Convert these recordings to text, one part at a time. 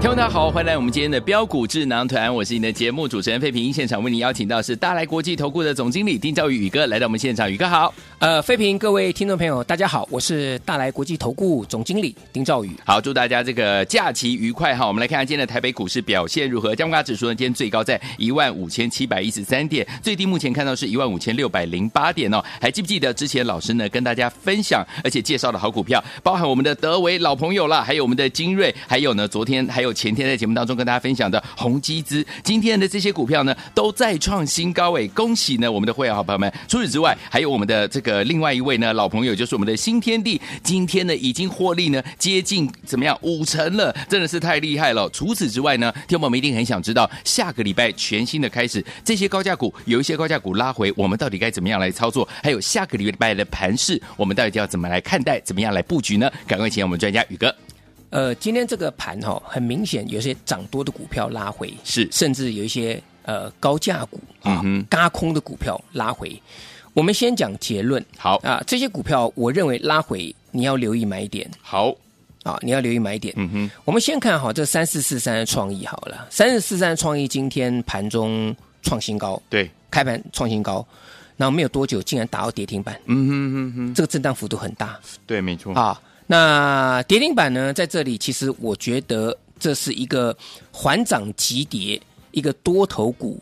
听众大家好，欢迎来我们今天的标股智囊团，我是你的节目主持人费平。现场为您邀请到是大来国际投顾的总经理丁兆宇宇哥来到我们现场，宇哥好。呃，飞平各位听众朋友，大家好，我是大来国际投顾总经理丁兆宇。好，祝大家这个假期愉快哈！我们来看看今天的台北股市表现如何。加权指数呢，今天最高在一万五千七百一十三点，最低目前看到是一万五千六百零八点哦。还记不记得之前老师呢跟大家分享，而且介绍的好股票，包含我们的德维老朋友啦，还有我们的精锐，还有呢昨天还有前天在节目当中跟大家分享的宏基资，今天的这些股票呢都再创新高哎，恭喜呢我们的会员好朋友们。除此之外，还有我们的这个另外一位呢老朋友，就是我们的新天地，今天呢已经获利呢接近怎么样五成了，真的是太厉害了。除此之外呢，听众朋友们一定很想知道，下个礼拜全新的开始，这些高价股有一些高价股拉回，我们到底该怎么样来操作？还有下个礼拜的盘势，我们到底要怎么来看待，怎么样来布局呢？赶快请我们专家宇哥。呃，今天这个盘哈、很明显有些涨多的股票拉回，是甚至有一些呃高价股嗯啊哼、嘎空的股票拉回。我们先讲结论好啊，这些股票我认为拉回你要留意买点好，啊，你要留意买点。嗯哼，我们先看好这三四四三的创意好了，三四四三的创意今天盘中创新高，对，开盘创新高，然后没有多久竟然打到跌停板，嗯哼哼哼，这个震荡幅度很大对，没错，啊。那跌停板呢，在这里其实我觉得这是一个缓涨急跌，一个多头股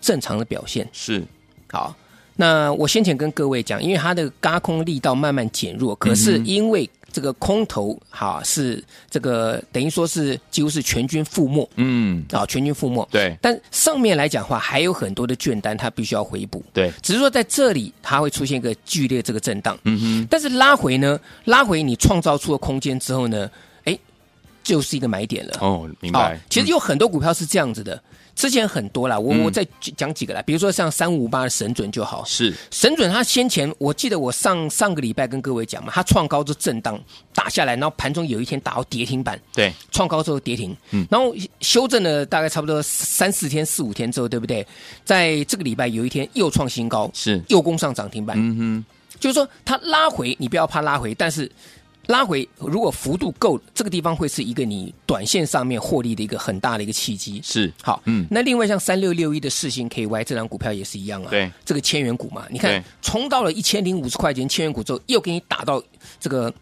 正常的表现。是，好，那我先前跟各位讲，因为它的轧空力道慢慢减弱，可是因为这个空头哈、是这个等于说是几乎是全军覆没嗯，啊，全军覆没。对，但上面来讲的话，还有很多的券单，它必须要回补。对，只是说在这里它会出现一个剧烈这个震荡，嗯哼，但是拉回呢，拉回你创造出的空间之后呢，哎，就是一个买点了。哦，明哦白，，其实有很多股票是这样子的，之前很多啦，我、嗯我再讲几个啦，比如说像三五八的神准就好，是，神准它先前我记得我上上个礼拜跟各位讲嘛，它创高之后震荡打下来，然后盘中有一天打到跌停板，对，创高之后跌停，嗯然后修正了大概差不多三四天、四五天之后，对不对？在这个礼拜有一天又创新高，是，又攻上涨停板，嗯就是说它拉回，你不要怕拉回，但是拉回如果幅度够，这个地方会是一个你短线上面获利的一个很大的一个契机哼，。是，好，嗯嗯，那另外像三六六一的世星 KY 这张股票也是一样啊，对，这个千元股嘛，你对看冲到了一千零五十块钱千元股之后，又给你打到这个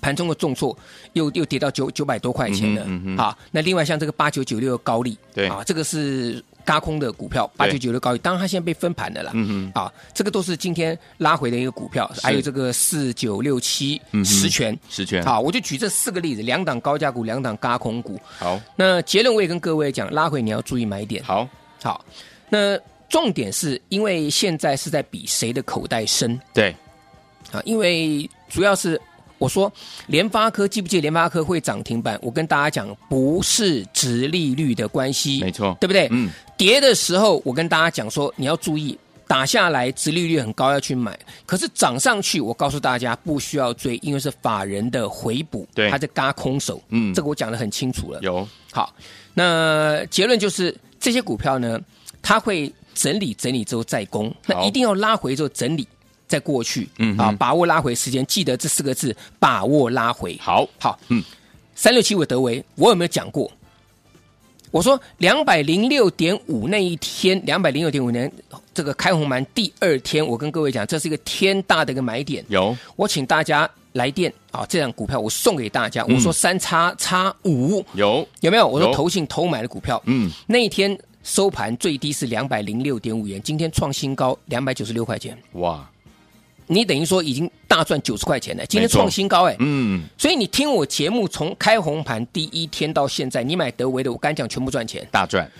盘中的重挫，又又跌到九九百多块钱了。嗯哼嗯哼好，那另外像这个八九九六的高利，对啊，这个是嘎空的股票，八对九九六高利，当然它现在被分盘的啦。嗯啊，这个都是今天拉回的一个股票，还有这个四九六七嗯哼十全，哼，十全，好，我就举这四个例子，两档高价股，两档嘎空股，好，那结论我也跟各位讲，拉回你要注意买点。好，好，那重点是因为现在是在比谁的口袋深对，啊，因为主要是我说联发科，记不记得联发科会涨停板？我跟大家讲，不是值利率的关系，没错，对不对？嗯，跌的时候，我跟大家讲说，你要注意。打下来，殖利率很高，要去买。可是涨上去，我告诉大家不需要追，因为是法人的回补，对他在嘎空手，嗯这个我讲的很清楚了。有，好，那结论就是这些股票呢，它会整理整理之后再攻，那好一定要拉回之后整理再过去，嗯哼啊，把握拉回时间，记得这四个字，把握拉回。好，好，嗯，三六七五德维，我有没有讲过？我说两百零六点五那一天，两百零六点五年这个开红盘第二天，我跟各位讲，这是一个天大的一个买点。有，我请大家来电啊，这张股票我送给大家，嗯我说三叉叉五，有，有没有？我有说投信投买的股票，嗯，那一天收盘最低是两百零六点五元，今天创新高两百九十六块钱，哇，你等于说已经大赚九十块钱了，今没天错创新高哎、嗯，所以你听我节目从开红盘第一天到现在，你买德维的，我敢讲全部赚钱。大赚，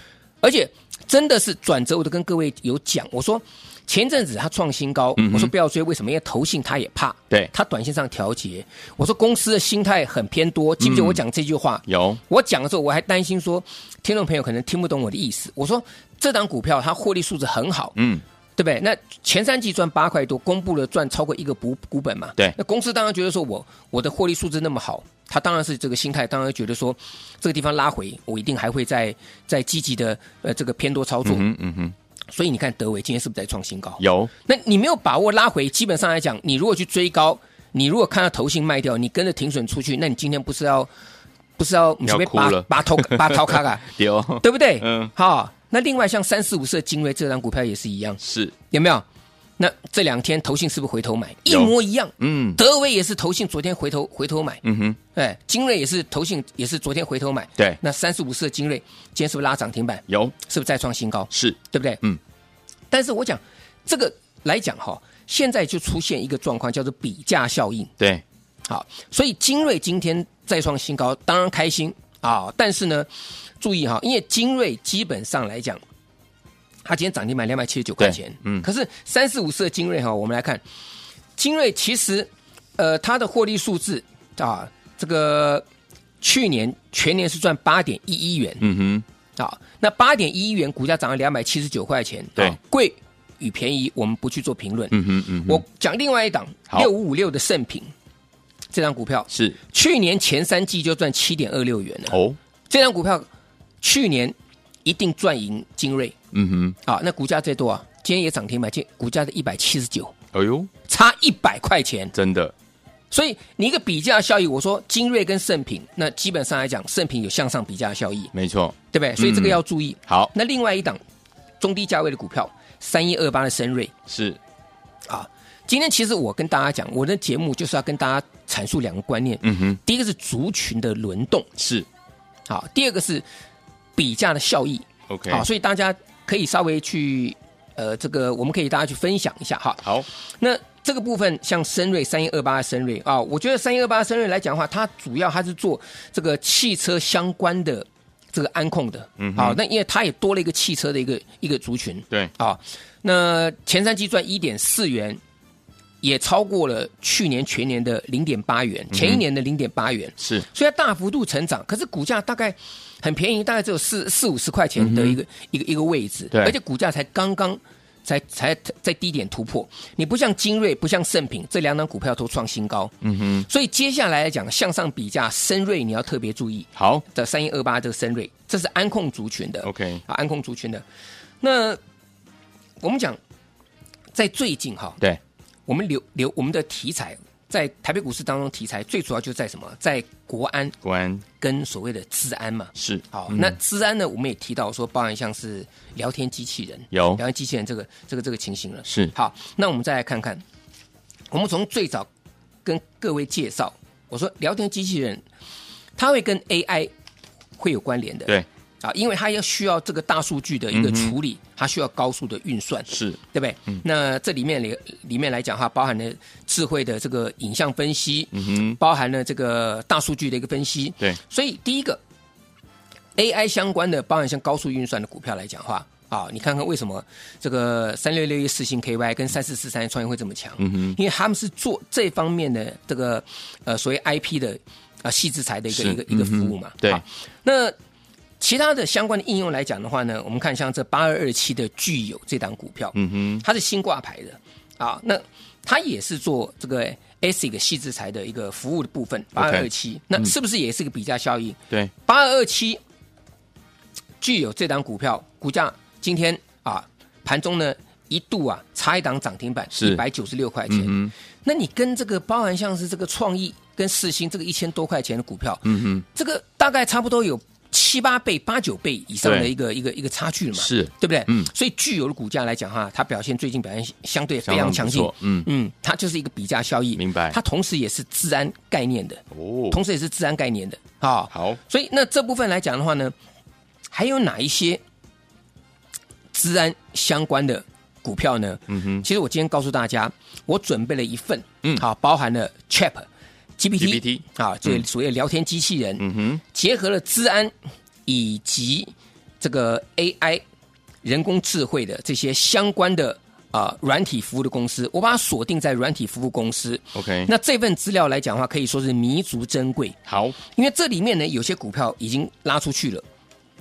而且真的是转折，我都跟各位有讲，我说前阵子它创新高，嗯哼我说不要追，为什么？因为投信它也怕，对它短线上调节。我说公司的心态很偏多，记不记得我讲这句话？嗯有我讲的时候，我还担心说听众朋友可能听不懂我的意思。我说这档股票它获利数字很好，嗯，对不对？那前三季赚八块多，公布了赚超过一个股股本嘛。对那公司当然觉得说我我的获利数字那么好，他当然是这个心态，当然觉得说这个地方拉回，我一定还会再再积极的呃这个偏多操作。嗯哼嗯哼，所以你看德维今天是不是在创新高？有那你没有把握拉回，基本上来讲，你如果去追高，你如果看到头型卖掉，你跟着停损出去，那你今天不是要不是要你要是被哭拔了拔头拔头卡 卡，有，对不对？嗯，好，那另外像三四五四的精锐这张股票也是一样，是，有没有？那这两天投信是不是回头买？一有模一样。嗯德威也是投信昨天回头回头买，嗯哼，哎，精锐也是投信也是昨天回头买。对那三四五四的精锐今天是不是拉涨停板？有是不是再创新高？是，对不对？嗯。但是我讲这个来讲哈，现在就出现一个状况叫做比价效应。对，好，所以精锐今天再创新高，当然开心啊。但是呢，注意哈，因为精锐基本上来讲，它今天涨停板两百七十九块钱，嗯可是三四五四的精锐哈，我们来看，精锐其实呃它的获利数字啊，这个去年全年是赚八点一一元，嗯啊，那八点一元股价涨了两百七十九块钱，对啊贵与便宜我们不去做评论。哼，嗯哼嗯哼，我讲另外一档好六五五六的盛品，这张股票是去年前三季就赚七点二六元了。哦，这张股票去年一定赚赢精锐嗯啊，那股价最多啊，今天也涨停板，今股价是一百七十九，哼，哎呦，差一百块钱。真的，所以你一个比价效益，我说精锐跟盛品，那基本上来讲，盛品有向上比价效益，没错，对不对？所以这个嗯要注意。好那另外一档中低价位的股票三一二八的深瑞，是，今天其实我跟大家讲，我的节目就是要跟大家阐述两个观念，嗯哼，第一个是族群的轮动，是好，第二个是比价的效益， ，OK，好，所以大家可以稍微去呃，这个我们可以大家去分享一下哈。好，那这个部分像深瑞三一二八深瑞啊，我觉得三一二八深瑞来讲的话，它主要它是做这个汽车相关的这个安控的，嗯，好，那因为它也多了一个汽车的一个一个族群，对，啊，那前三季赚一点四元，也超过了去年全年的零点八元，前嗯一年的零点八元，是，所以它大幅度成长。可是股价大概很便宜，大概只有四四五十块钱的一个、一个一个位置，嗯对而且股价才刚刚。才才在低点突破，你不像精锐，不像盛品，这两档股票都创新高，嗯哼，所以接下来来讲，向上比价，深瑞你要特别注意，好的三一二八这个深瑞，这是安控族群的。 ，OK，啊，安控族群的。那我们讲，在最近哈，对，我们留留我们的题材在台北股市当中，题材最主要就在什么？在国安果然跟所谓的治安嘛。是，好，嗯那治安呢，我们也提到说，包含像是聊天机器人，有聊天机器人这个这个这个情形了。是好，那我们再来看看，我们从最早跟各位介绍，我说聊天机器人，它会跟 AI 会有关联的。对，啊，因为它要需要这个大数据的一个嗯哼处理，它需要高速的运算，是，嗯对不对？那这里面里里面来讲哈，包含了智慧的这个影像分析，嗯哼，包含了这个大数据的一个分析。对，所以第一个 AI 相关的，包含像高速运算的股票来讲话。啊，你看看为什么这个三六六一四星 KY 跟三四四三创业会这么强？嗯哼，因为他们是做这方面的这个呃所谓 IP 的啊细制裁的一个是一个一个嗯服哼务嘛。对好那其他的相关的应用来讲的话呢，我们看像这八二二七的具有这档股票，嗯哼，它是新挂牌的啊，那它也是做这个 ASIC 细制裁的一个服务的部分，八二二七，那嗯是不是也是个比价效应？对，八二二七具有这档股票，股价今天啊盘中呢一度啊差一档涨停板，一是百九十六块钱。嗯哼，那你跟这个包含像是这个创意跟世新这个一千多块钱的股票，嗯哼，这个大概差不多有七八倍、八九倍以上的对一个一个一个差距了嘛，是对不对？嗯所以具有的股价来讲哈，它表现最近表现相对非相当常不强劲错，嗯嗯，它就是一个比价效益，明白它同时也是治安概念的，哦同时也是治安概念的啊。好，所以那这部分来讲的话呢，还有哪一些治安相关的股票呢？嗯哼，其实我今天告诉大家，我准备了一份，嗯好，包含了 Chat GPT GPT 嗯啊，这个所谓的聊天机器人，嗯哼，结合了治安以及这个 AI 人工智慧的这些相关的啊、软体服务的公司，我把它锁定在软体服务公司。 OK，那这份资料来讲的话，可以说是弥足珍贵。好，因为这里面呢有些股票已经拉出去了。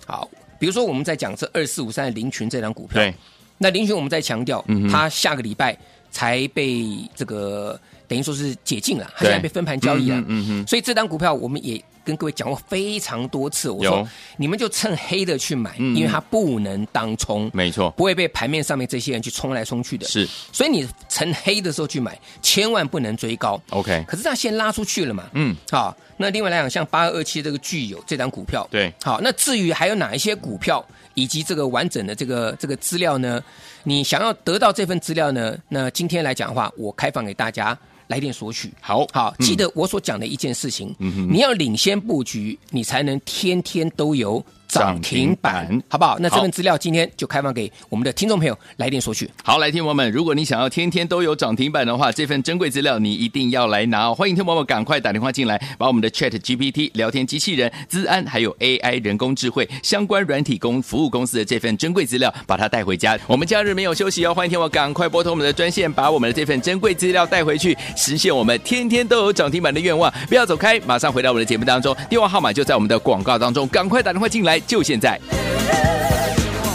好，比如说我们在讲这二四五三的林群这张股票，对，那林群我们在强调嗯哼，它下个礼拜才被这个等于说是解禁了，它现在被分盘交易了。嗯嗯嗯所以这张股票我们也跟各位讲过非常多次，我有说你们就趁黑的去买，嗯因为它不能当冲，没错，不会被盘面上面这些人去冲来冲去的。是所以你趁黑的时候去买，千万不能追高。 OK，可是它先拉出去了嘛，嗯，好，那另外来讲，像八二二七这个具有这张股票，对，好，那至于还有哪一些股票以及这个完整的这个这个资料呢？你想要得到这份资料呢？那今天来讲的话，我开放给大家来电索取。好好，嗯记得我所讲的一件事情，嗯哼你要领先布局，你才能天天都有涨停涨板，停板好不好？那这好份资料今天就开放给我们的听众朋友来电索取。好，来，听众朋友们，如果你想要天天都有涨停板的话，这份珍贵资料你一定要来拿哦！欢迎听众朋友们赶快打电话进来，把我们的 Chat GPT 聊天机器人、资安还有 AI 人工智慧相关软体公服务公司的这份珍贵资料，把它带回家。我们假日没有休息哦，欢迎听我赶快拨通我们的专线，把我们的这份珍贵资料带回去，实现我们天天都有涨停板的愿望。不要走开，马上回到我们的节目当中，电话号码就在我们的广告当中，赶快打电话进来，就现在。欢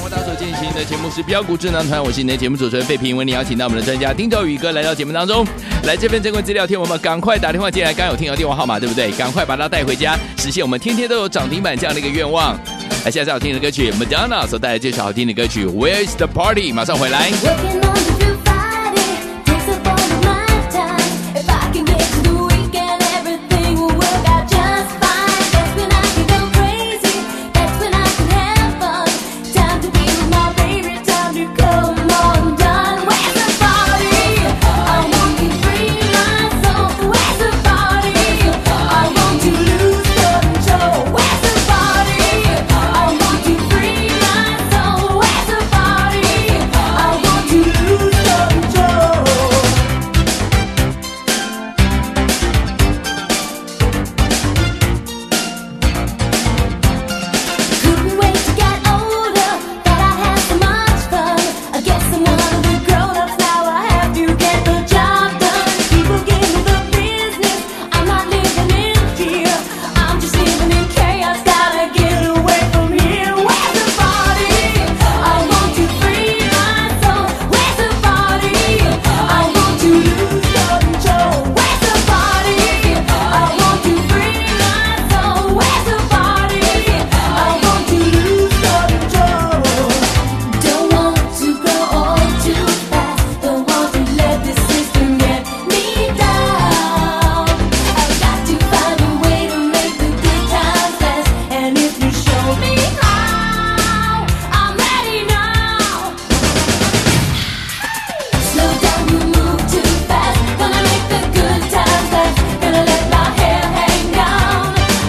迎大家所进行的节目是标股智囊团，我是你的节目主持人费平，为你邀请到我们的专家丁兆宇哥来到节目当中，来这份珍贵资料，听我们赶快打电话进来，刚刚有听到电话号码对不对？赶快把它带回家，实现我们天天都有涨停板这样的一个愿望。来，下次好听的歌曲 Madonna 所带来这首好听的歌曲 Where's the Party，马上回来。 Working on the blue Friday takes up all of my time. If I can get to the weekend, everything will work out just fine. That's when I can go crazy. That's when I can have fun. Time to be with my baby. Time to come on done. Where's the party? I want to free my soul. Where's the party? I want to lose control. Where's the party? I want to free my soul. Where's the party? I want to lose control. Couldn't wait to get older, thought I'd have so much fun. I guess I'm one of the grown-ups now. I have to get the job done. People give me the business. I'm not living in fear. I'm just living in chaos. Gotta get away from here. Where's the party? I want to free my soul. Where's the party? I want to lose control. Where's the party? I want to free my soul. Where's the party? I want to lose control. Don't want to grow old too fast. Don't want to let this system get me down. I've got to find a way to make the good times last. And if you show me how, I'm ready now. Slow down, you move too fast. Gonna make the good times last. Gonna let my hair hang down.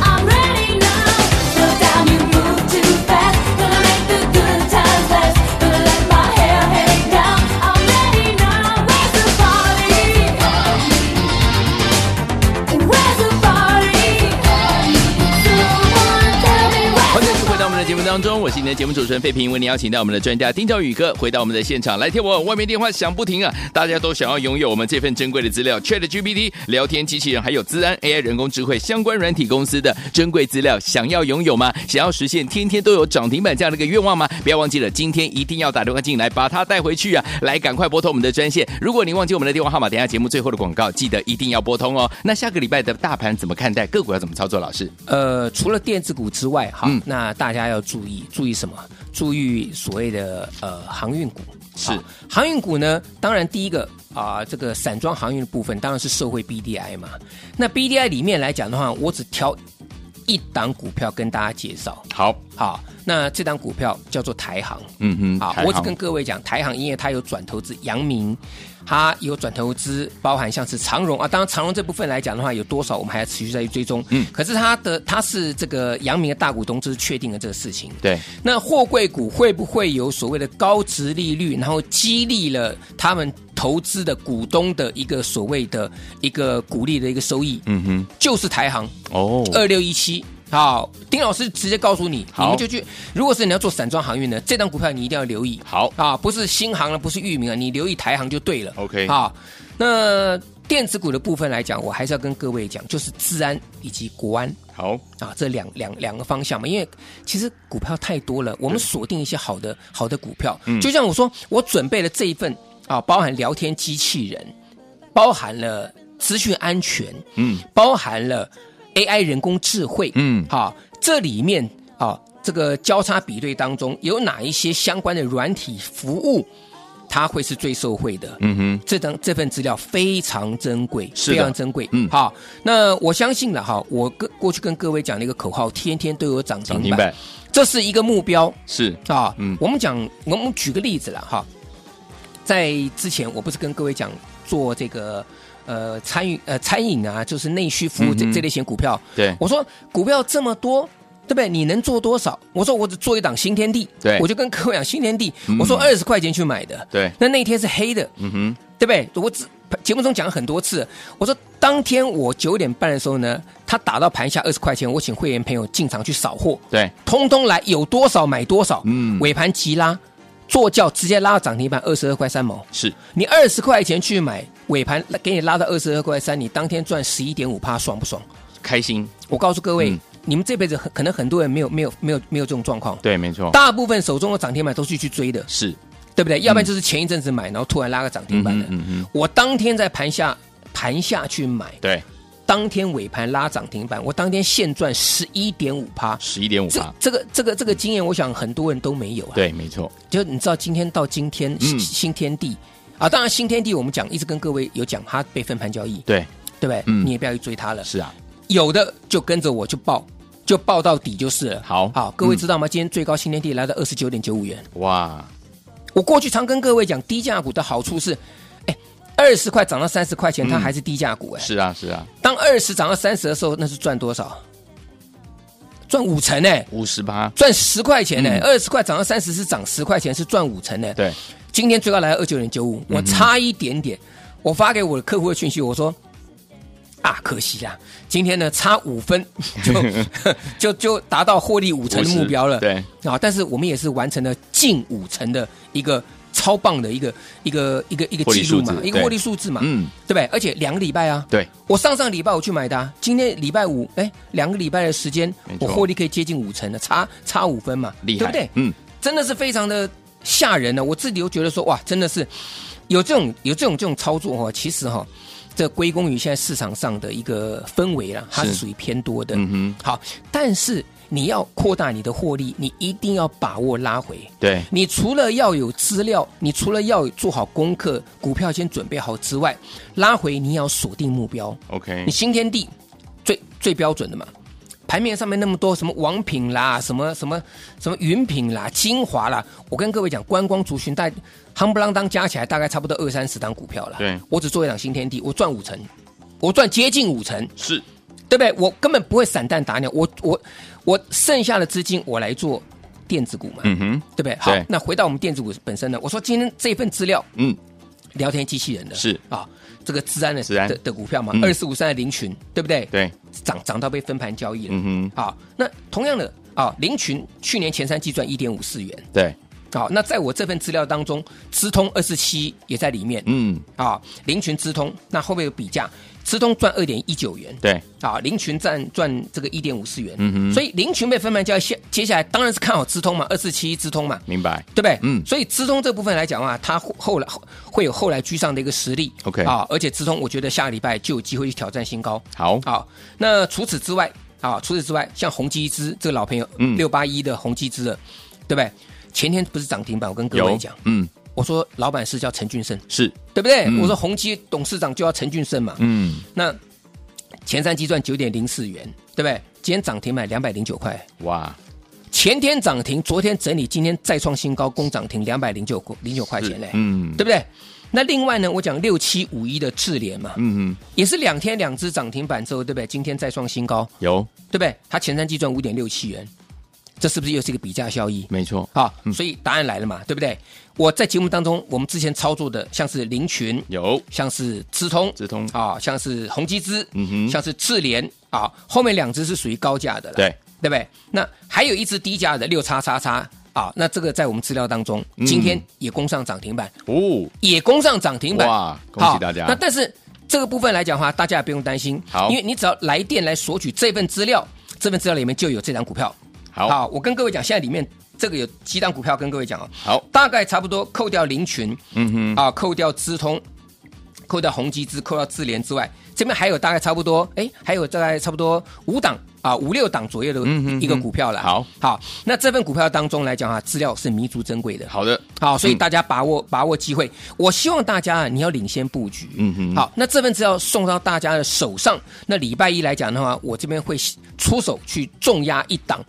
I'm ready now. Slow down, you move too fast. Gonna make the good times last. Gonna let my hair hang down. I'm ready now. Where's the party? Where's the party? Someone tell me 欢迎 where's the 再次回到我们的节目当中，我是你的节目主持人费平，为你邀请到我们的专家丁兆宇哥回到我们的现场来听我外面电话响不停啊！大家都想要拥有我们这份珍贵的资料，Chat GPT 聊天机器人还有资安 AI 人工智慧相关软体公司的珍贵资料，想要拥有吗？想要实现天天都有涨停板这样的一个愿望吗？不要忘记了，今天一定要打电话进来，把它带回去啊！来，赶快拨通我们的专线。如果你忘记我们的电话号码，等一下节目最后的广告记得一定要拨通哦。那下个礼拜的大盘怎么看待？个股要怎么操作？老师，呃，除了电子股之外，哈，嗯那大家要注意注意什么？注意所谓的呃航运股。是啊航运股呢，当然第一个啊、这个散装航运的部分当然是社会 BDI 嘛。那 BDI 里面来讲的话，我只挑一档股票跟大家介绍。好，好，那这档股票叫做台航。嗯哼，好台，我只行跟各位讲，台航因为它有转投资阳明，它有转投资，包含像是长荣啊，当然长荣这部分来讲的话，有多少我们还要持续再去追踪。嗯可是它的它是这个阳明的大股东，这是确定了这个事情。对。那货柜股会不会有所谓的高值利率，然后激励了他们投资的股东的一个所谓的一个股利的一个收益？嗯哼，就是台航哦，二六一七好，丁老师直接告诉你，好你们就去。如果是你要做散装航运呢，这档股票你一定要留意。好啊，不是新航了，不是域名啊，你留意台航就对了。 OK 好，那电子股的部分来讲，我还是要跟各位讲，就是治安以及国安。好，啊，这两两两个方向嘛，因为其实股票太多了，我们锁定一些好的好的股票，嗯就像我说，我准备了这一份啊，包含聊天机器人，包含了资讯安全，嗯，包含了 AI 人工智慧，嗯好、这里面啊，这个交叉比对当中有哪一些相关的软体服务，它会是最受惠的，嗯哼，这张这份资料非常珍贵，是的非常珍贵。嗯好，那我相信了哈，我跟过去跟各位讲的一个口号，天天都有涨停涨板，停板这是一个目标是，啊。嗯我们讲，我们举个例子了哈，在之前我不是跟各位讲做这个呃餐饮呃餐饮啊，就是内需服务这、嗯哼这类型股票，对我说股票这么多。对不对？你能做多少？我说我只做一档新天地，对我就跟各位讲新天地，嗯我说二十块钱去买的，对那那天是黑的，嗯哼，对不对？我只节目中讲了很多次，我说当天我九点半的时候呢，他打到盘下二十块钱，我请会员朋友进场去扫货，对，通通来，有多少买多少。嗯尾盘急拉，坐轿直接拉到涨停板二十二块三毛。是，你二十块钱去买，尾盘给你拉到二十二块三，你当天赚十一点五趴，爽不爽？开心，我告诉各位，嗯你们这辈子很可能很多人没有没有没有没有这种状况，对，没错，大部分手中的涨停板都是去追的，哦是，对不对？要不然就是前一阵子买，然后突然拉个涨停板的。嗯哼，我当天在盘下盘下去买，对，当天尾盘拉涨停板，我当天现赚十一点五趴。十一点五这八，这个这个这个经验，我想很多人都没有啊。，对，没错，就你知道，今天到今天、嗯新新天地啊，当然新天地我们讲一直跟各位有讲，它被分盘交易，对，对不对？嗯你也不要去追它了，是啊，有的就跟着我去报，就报到底就是了。好好，各位嗯知道吗？今天最高新天地来到二十九点九五元。哇，我过去常跟各位讲，低价股的好处是，哎，二十块涨到三十块钱，它还是低价股，哎、是啊，是啊，当二十涨到三十的时候，那是赚多少？赚五成呢、哎五十八，赚十块钱呢、哎嗯二十、块涨到三十是涨十块钱，是赚五成呢、，哎对，今天最高来到二九点九嗯五，我差一点点。我发给我的客户的讯息，我说啊，可惜啦，今天呢差五 分就就就达到获利五成的目标了。 50对，啊，但是我们也是完成了近五成的一个超棒的一个一个一个一获个利记录嘛数，字一个对获利数字嘛，嗯，对不对？而且两个礼拜啊，对，我上上礼拜我去买的、啊，今天礼拜五，哎，两个礼拜的时间没，错我获利可以接近五成的，差差五分嘛，厉对害，不对？嗯，真的是非常的吓人啊呢、我自己都觉得说，哇，真的是有这种有这种这种操作哦，其实哈、这归功于现在市场上的一个氛围啦，它是是属于偏多的。嗯好，但是你要扩大你的获利，你一定要把握拉回。对，你除了要有资料，你除了要做好功课，股票先准备好之外，拉回你也要锁定目标。 OK，你新天地最最标准的嘛，盘面上面那么多什么王品啦，什么什么什么云品啦、精华啦，我跟各位讲，观光族群大夯不啷当加起来大概差不多二三十档股票了。对我只做一档新天地，我赚五成，我赚接近五成，是对不对？我根本不会散弹打鸟，我我我剩下的资金我来做电子股嘛，嗯哼，对不对？好对，那回到我们电子股本身呢，我说今天这份资料嗯，聊天机器人的是啊，这个治安的治安的的股票嘛，嗯二四五三的林群，对不对？对，涨涨到被分盘交易了。嗯哼，好，那同样的啊，林群去年前三季赚一点五四元。对，好，那在我这份资料当中，资通二四七也在里面。嗯，啊，林群资通，那后面有比价，资通赚二点一九元。对，啊，林群赚赚这个一点五四元。嗯哼所以林群被分盘交易，下接下来当然是看好资通嘛，二四七资通嘛。明白，对不对？嗯所以资通这部分来讲的话，它后后来后会有后来居上的一个实力。 OK 啊，而且资通我觉得下个礼拜就有机会去挑战新高。好，好，那除此之外啊，除此之外，像宏基资这个老朋友，嗯六八一的宏基资了，对不对？前天不是涨停板，我跟各位有讲，，嗯，我说老板是叫陈俊生，是，对不对？嗯我说宏基董事长就要陈俊生嘛。嗯，那前三季赚九点零四元，对不对？今天涨停板两百零九块，哇，前天涨停，昨天整理，今天再创新高，攻涨停两百零九零九块是钱嘞，嗯，对不对？那另外呢，我讲六七五一的智联嘛，嗯哼，也是两天两只涨停板之后，对不对？今天再创新高，有，对不对？它前三季赚五点六七元，这是不是又是一个比价效益？没错，嗯好，所以答案来了嘛，对不对？我在节目当中，我们之前操作的像是林群，有，像是资通，资通啊，像是宏基资，嗯哼像是智联啊，后面两只是属于高价的了，对，对不对？那还有一只低价的六叉叉叉啊，那这个在我们资料当中，嗯今天也攻上涨停板，哦，也攻上涨停板。哇恭喜大家好那但是这个部分来讲的话，大家也不用担心，好因为你只要来电来索取这份资料，这份资料里面就有这张股票。好，我跟各位讲，现在里面这个有几档股票跟各位讲哦，好，大概差不多扣掉林群，嗯哼，啊，扣掉资通，扣掉宏基资，扣掉智联之外，这边还有大概差不多，哎，还有大概差不多五档啊，五六档左右的嗯哼一个哼股票了。好，好，那这份股票当中来讲啊，资料是弥足珍贵的。好的，好，所以嗯大家把握、把握机会。我希望大家啊，你要领先布局。嗯哼好，那这份资料送到大家的手上。那礼拜一来讲的话，我这边会出手去重压一档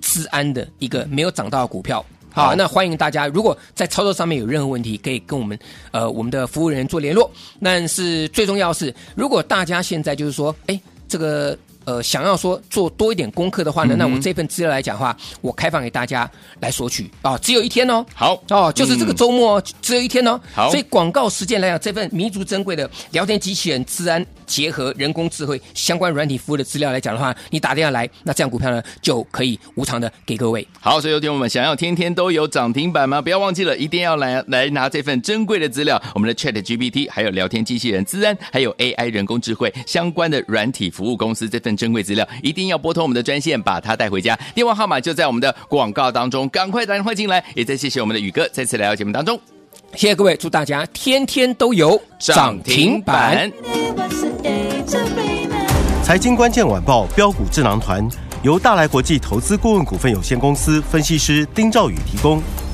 治安的一个没有涨到的股票。好，好那欢迎大家，如果在操作上面有任何问题，可以跟我们呃我们的服务人员做联络。但是最重要的是，如果大家现在就是说，哎，这个呃想要说做多一点功课的嗯话呢，那我这份资料来讲的话，我开放给大家来索取啊、只有一天哦。好，哦，就是这个嗯周末、哦只有一天哦。好所以广告时间来讲，这份弥足珍贵的聊天机器人治安结合人工智慧相关软体服务的资料来讲的话，你打电话来，那这样股票呢就可以无偿的给各位。好，所以有听我们想要天天都有涨停板吗？不要忘记了，一定要来来拿这份珍贵的资料，我们的 Chat GPT，还有聊天机器人资安，还有 AI 人工智慧相关的软体服务公司这份珍贵资料，一定要拨通我们的专线，把它带回家。电话号码就在我们的广告当中，赶快打电话进来。也再谢谢我们的宇哥再次来到节目当中，谢谢各位，祝大家天天都有。 What's the day to remember? 财经关键晚报标股智囊团由大来国际投资顾问股份有限公司分析师丁兆宇提供。